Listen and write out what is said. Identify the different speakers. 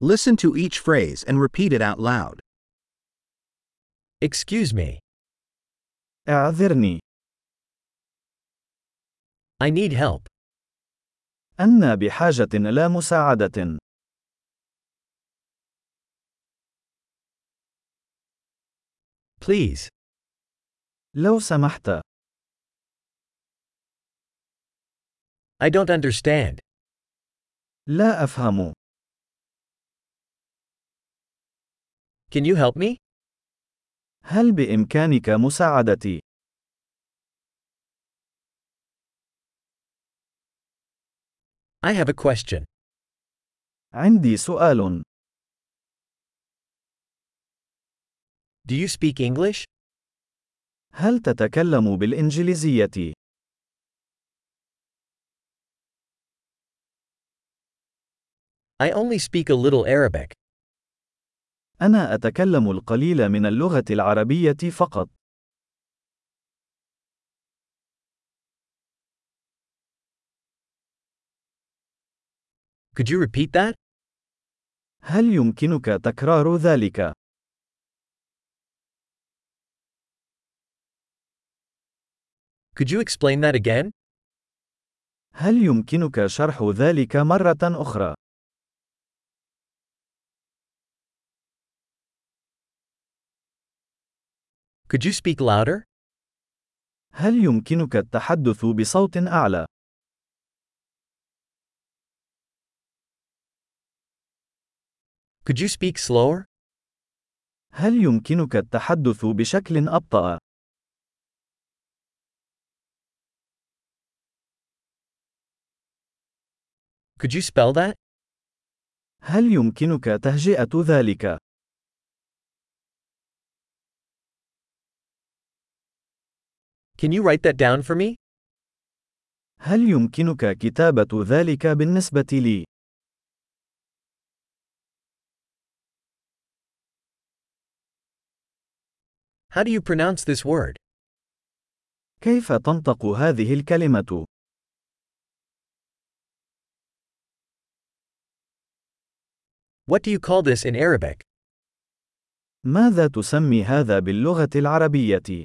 Speaker 1: Listen to each phrase and repeat it out loud.
Speaker 2: Excuse me.
Speaker 3: اعذرني
Speaker 2: I need help.
Speaker 3: أنا بحاجة إلى مساعدة
Speaker 2: Please.
Speaker 3: لو سمحت
Speaker 2: I don't understand.
Speaker 3: لا أفهم
Speaker 2: Can you help me?
Speaker 3: هل بإمكانك مساعدتي
Speaker 2: I have a question.
Speaker 3: عندي سؤال
Speaker 2: Do you speak English?
Speaker 3: هل تتكلم بالإنجليزية
Speaker 2: I only speak a little Arabic.
Speaker 3: أنا أتكلم القليل من اللغة العربية فقط
Speaker 2: Could you repeat that?
Speaker 3: هل يمكنك تكرار ذلك
Speaker 2: Could you explain that again?
Speaker 3: هل يمكنك شرح ذلك مرة أخرى
Speaker 2: Could you speak louder?
Speaker 3: هل يمكنك التحدث بصوت أعلى
Speaker 2: Could you speak slower?
Speaker 3: هل يمكنك التحدث بشكل أبطأ
Speaker 2: Could you spell that?
Speaker 3: هل يمكنك تهجئة ذلك
Speaker 2: Can you write that down for me?
Speaker 3: هل يمكنك كتابة ذلك بالنسبة لي؟
Speaker 2: How do you pronounce this word?
Speaker 3: كيف تنطق هذه الكلمة؟
Speaker 2: What do you call this in Arabic?
Speaker 3: ماذا تسمي هذا باللغة العربية؟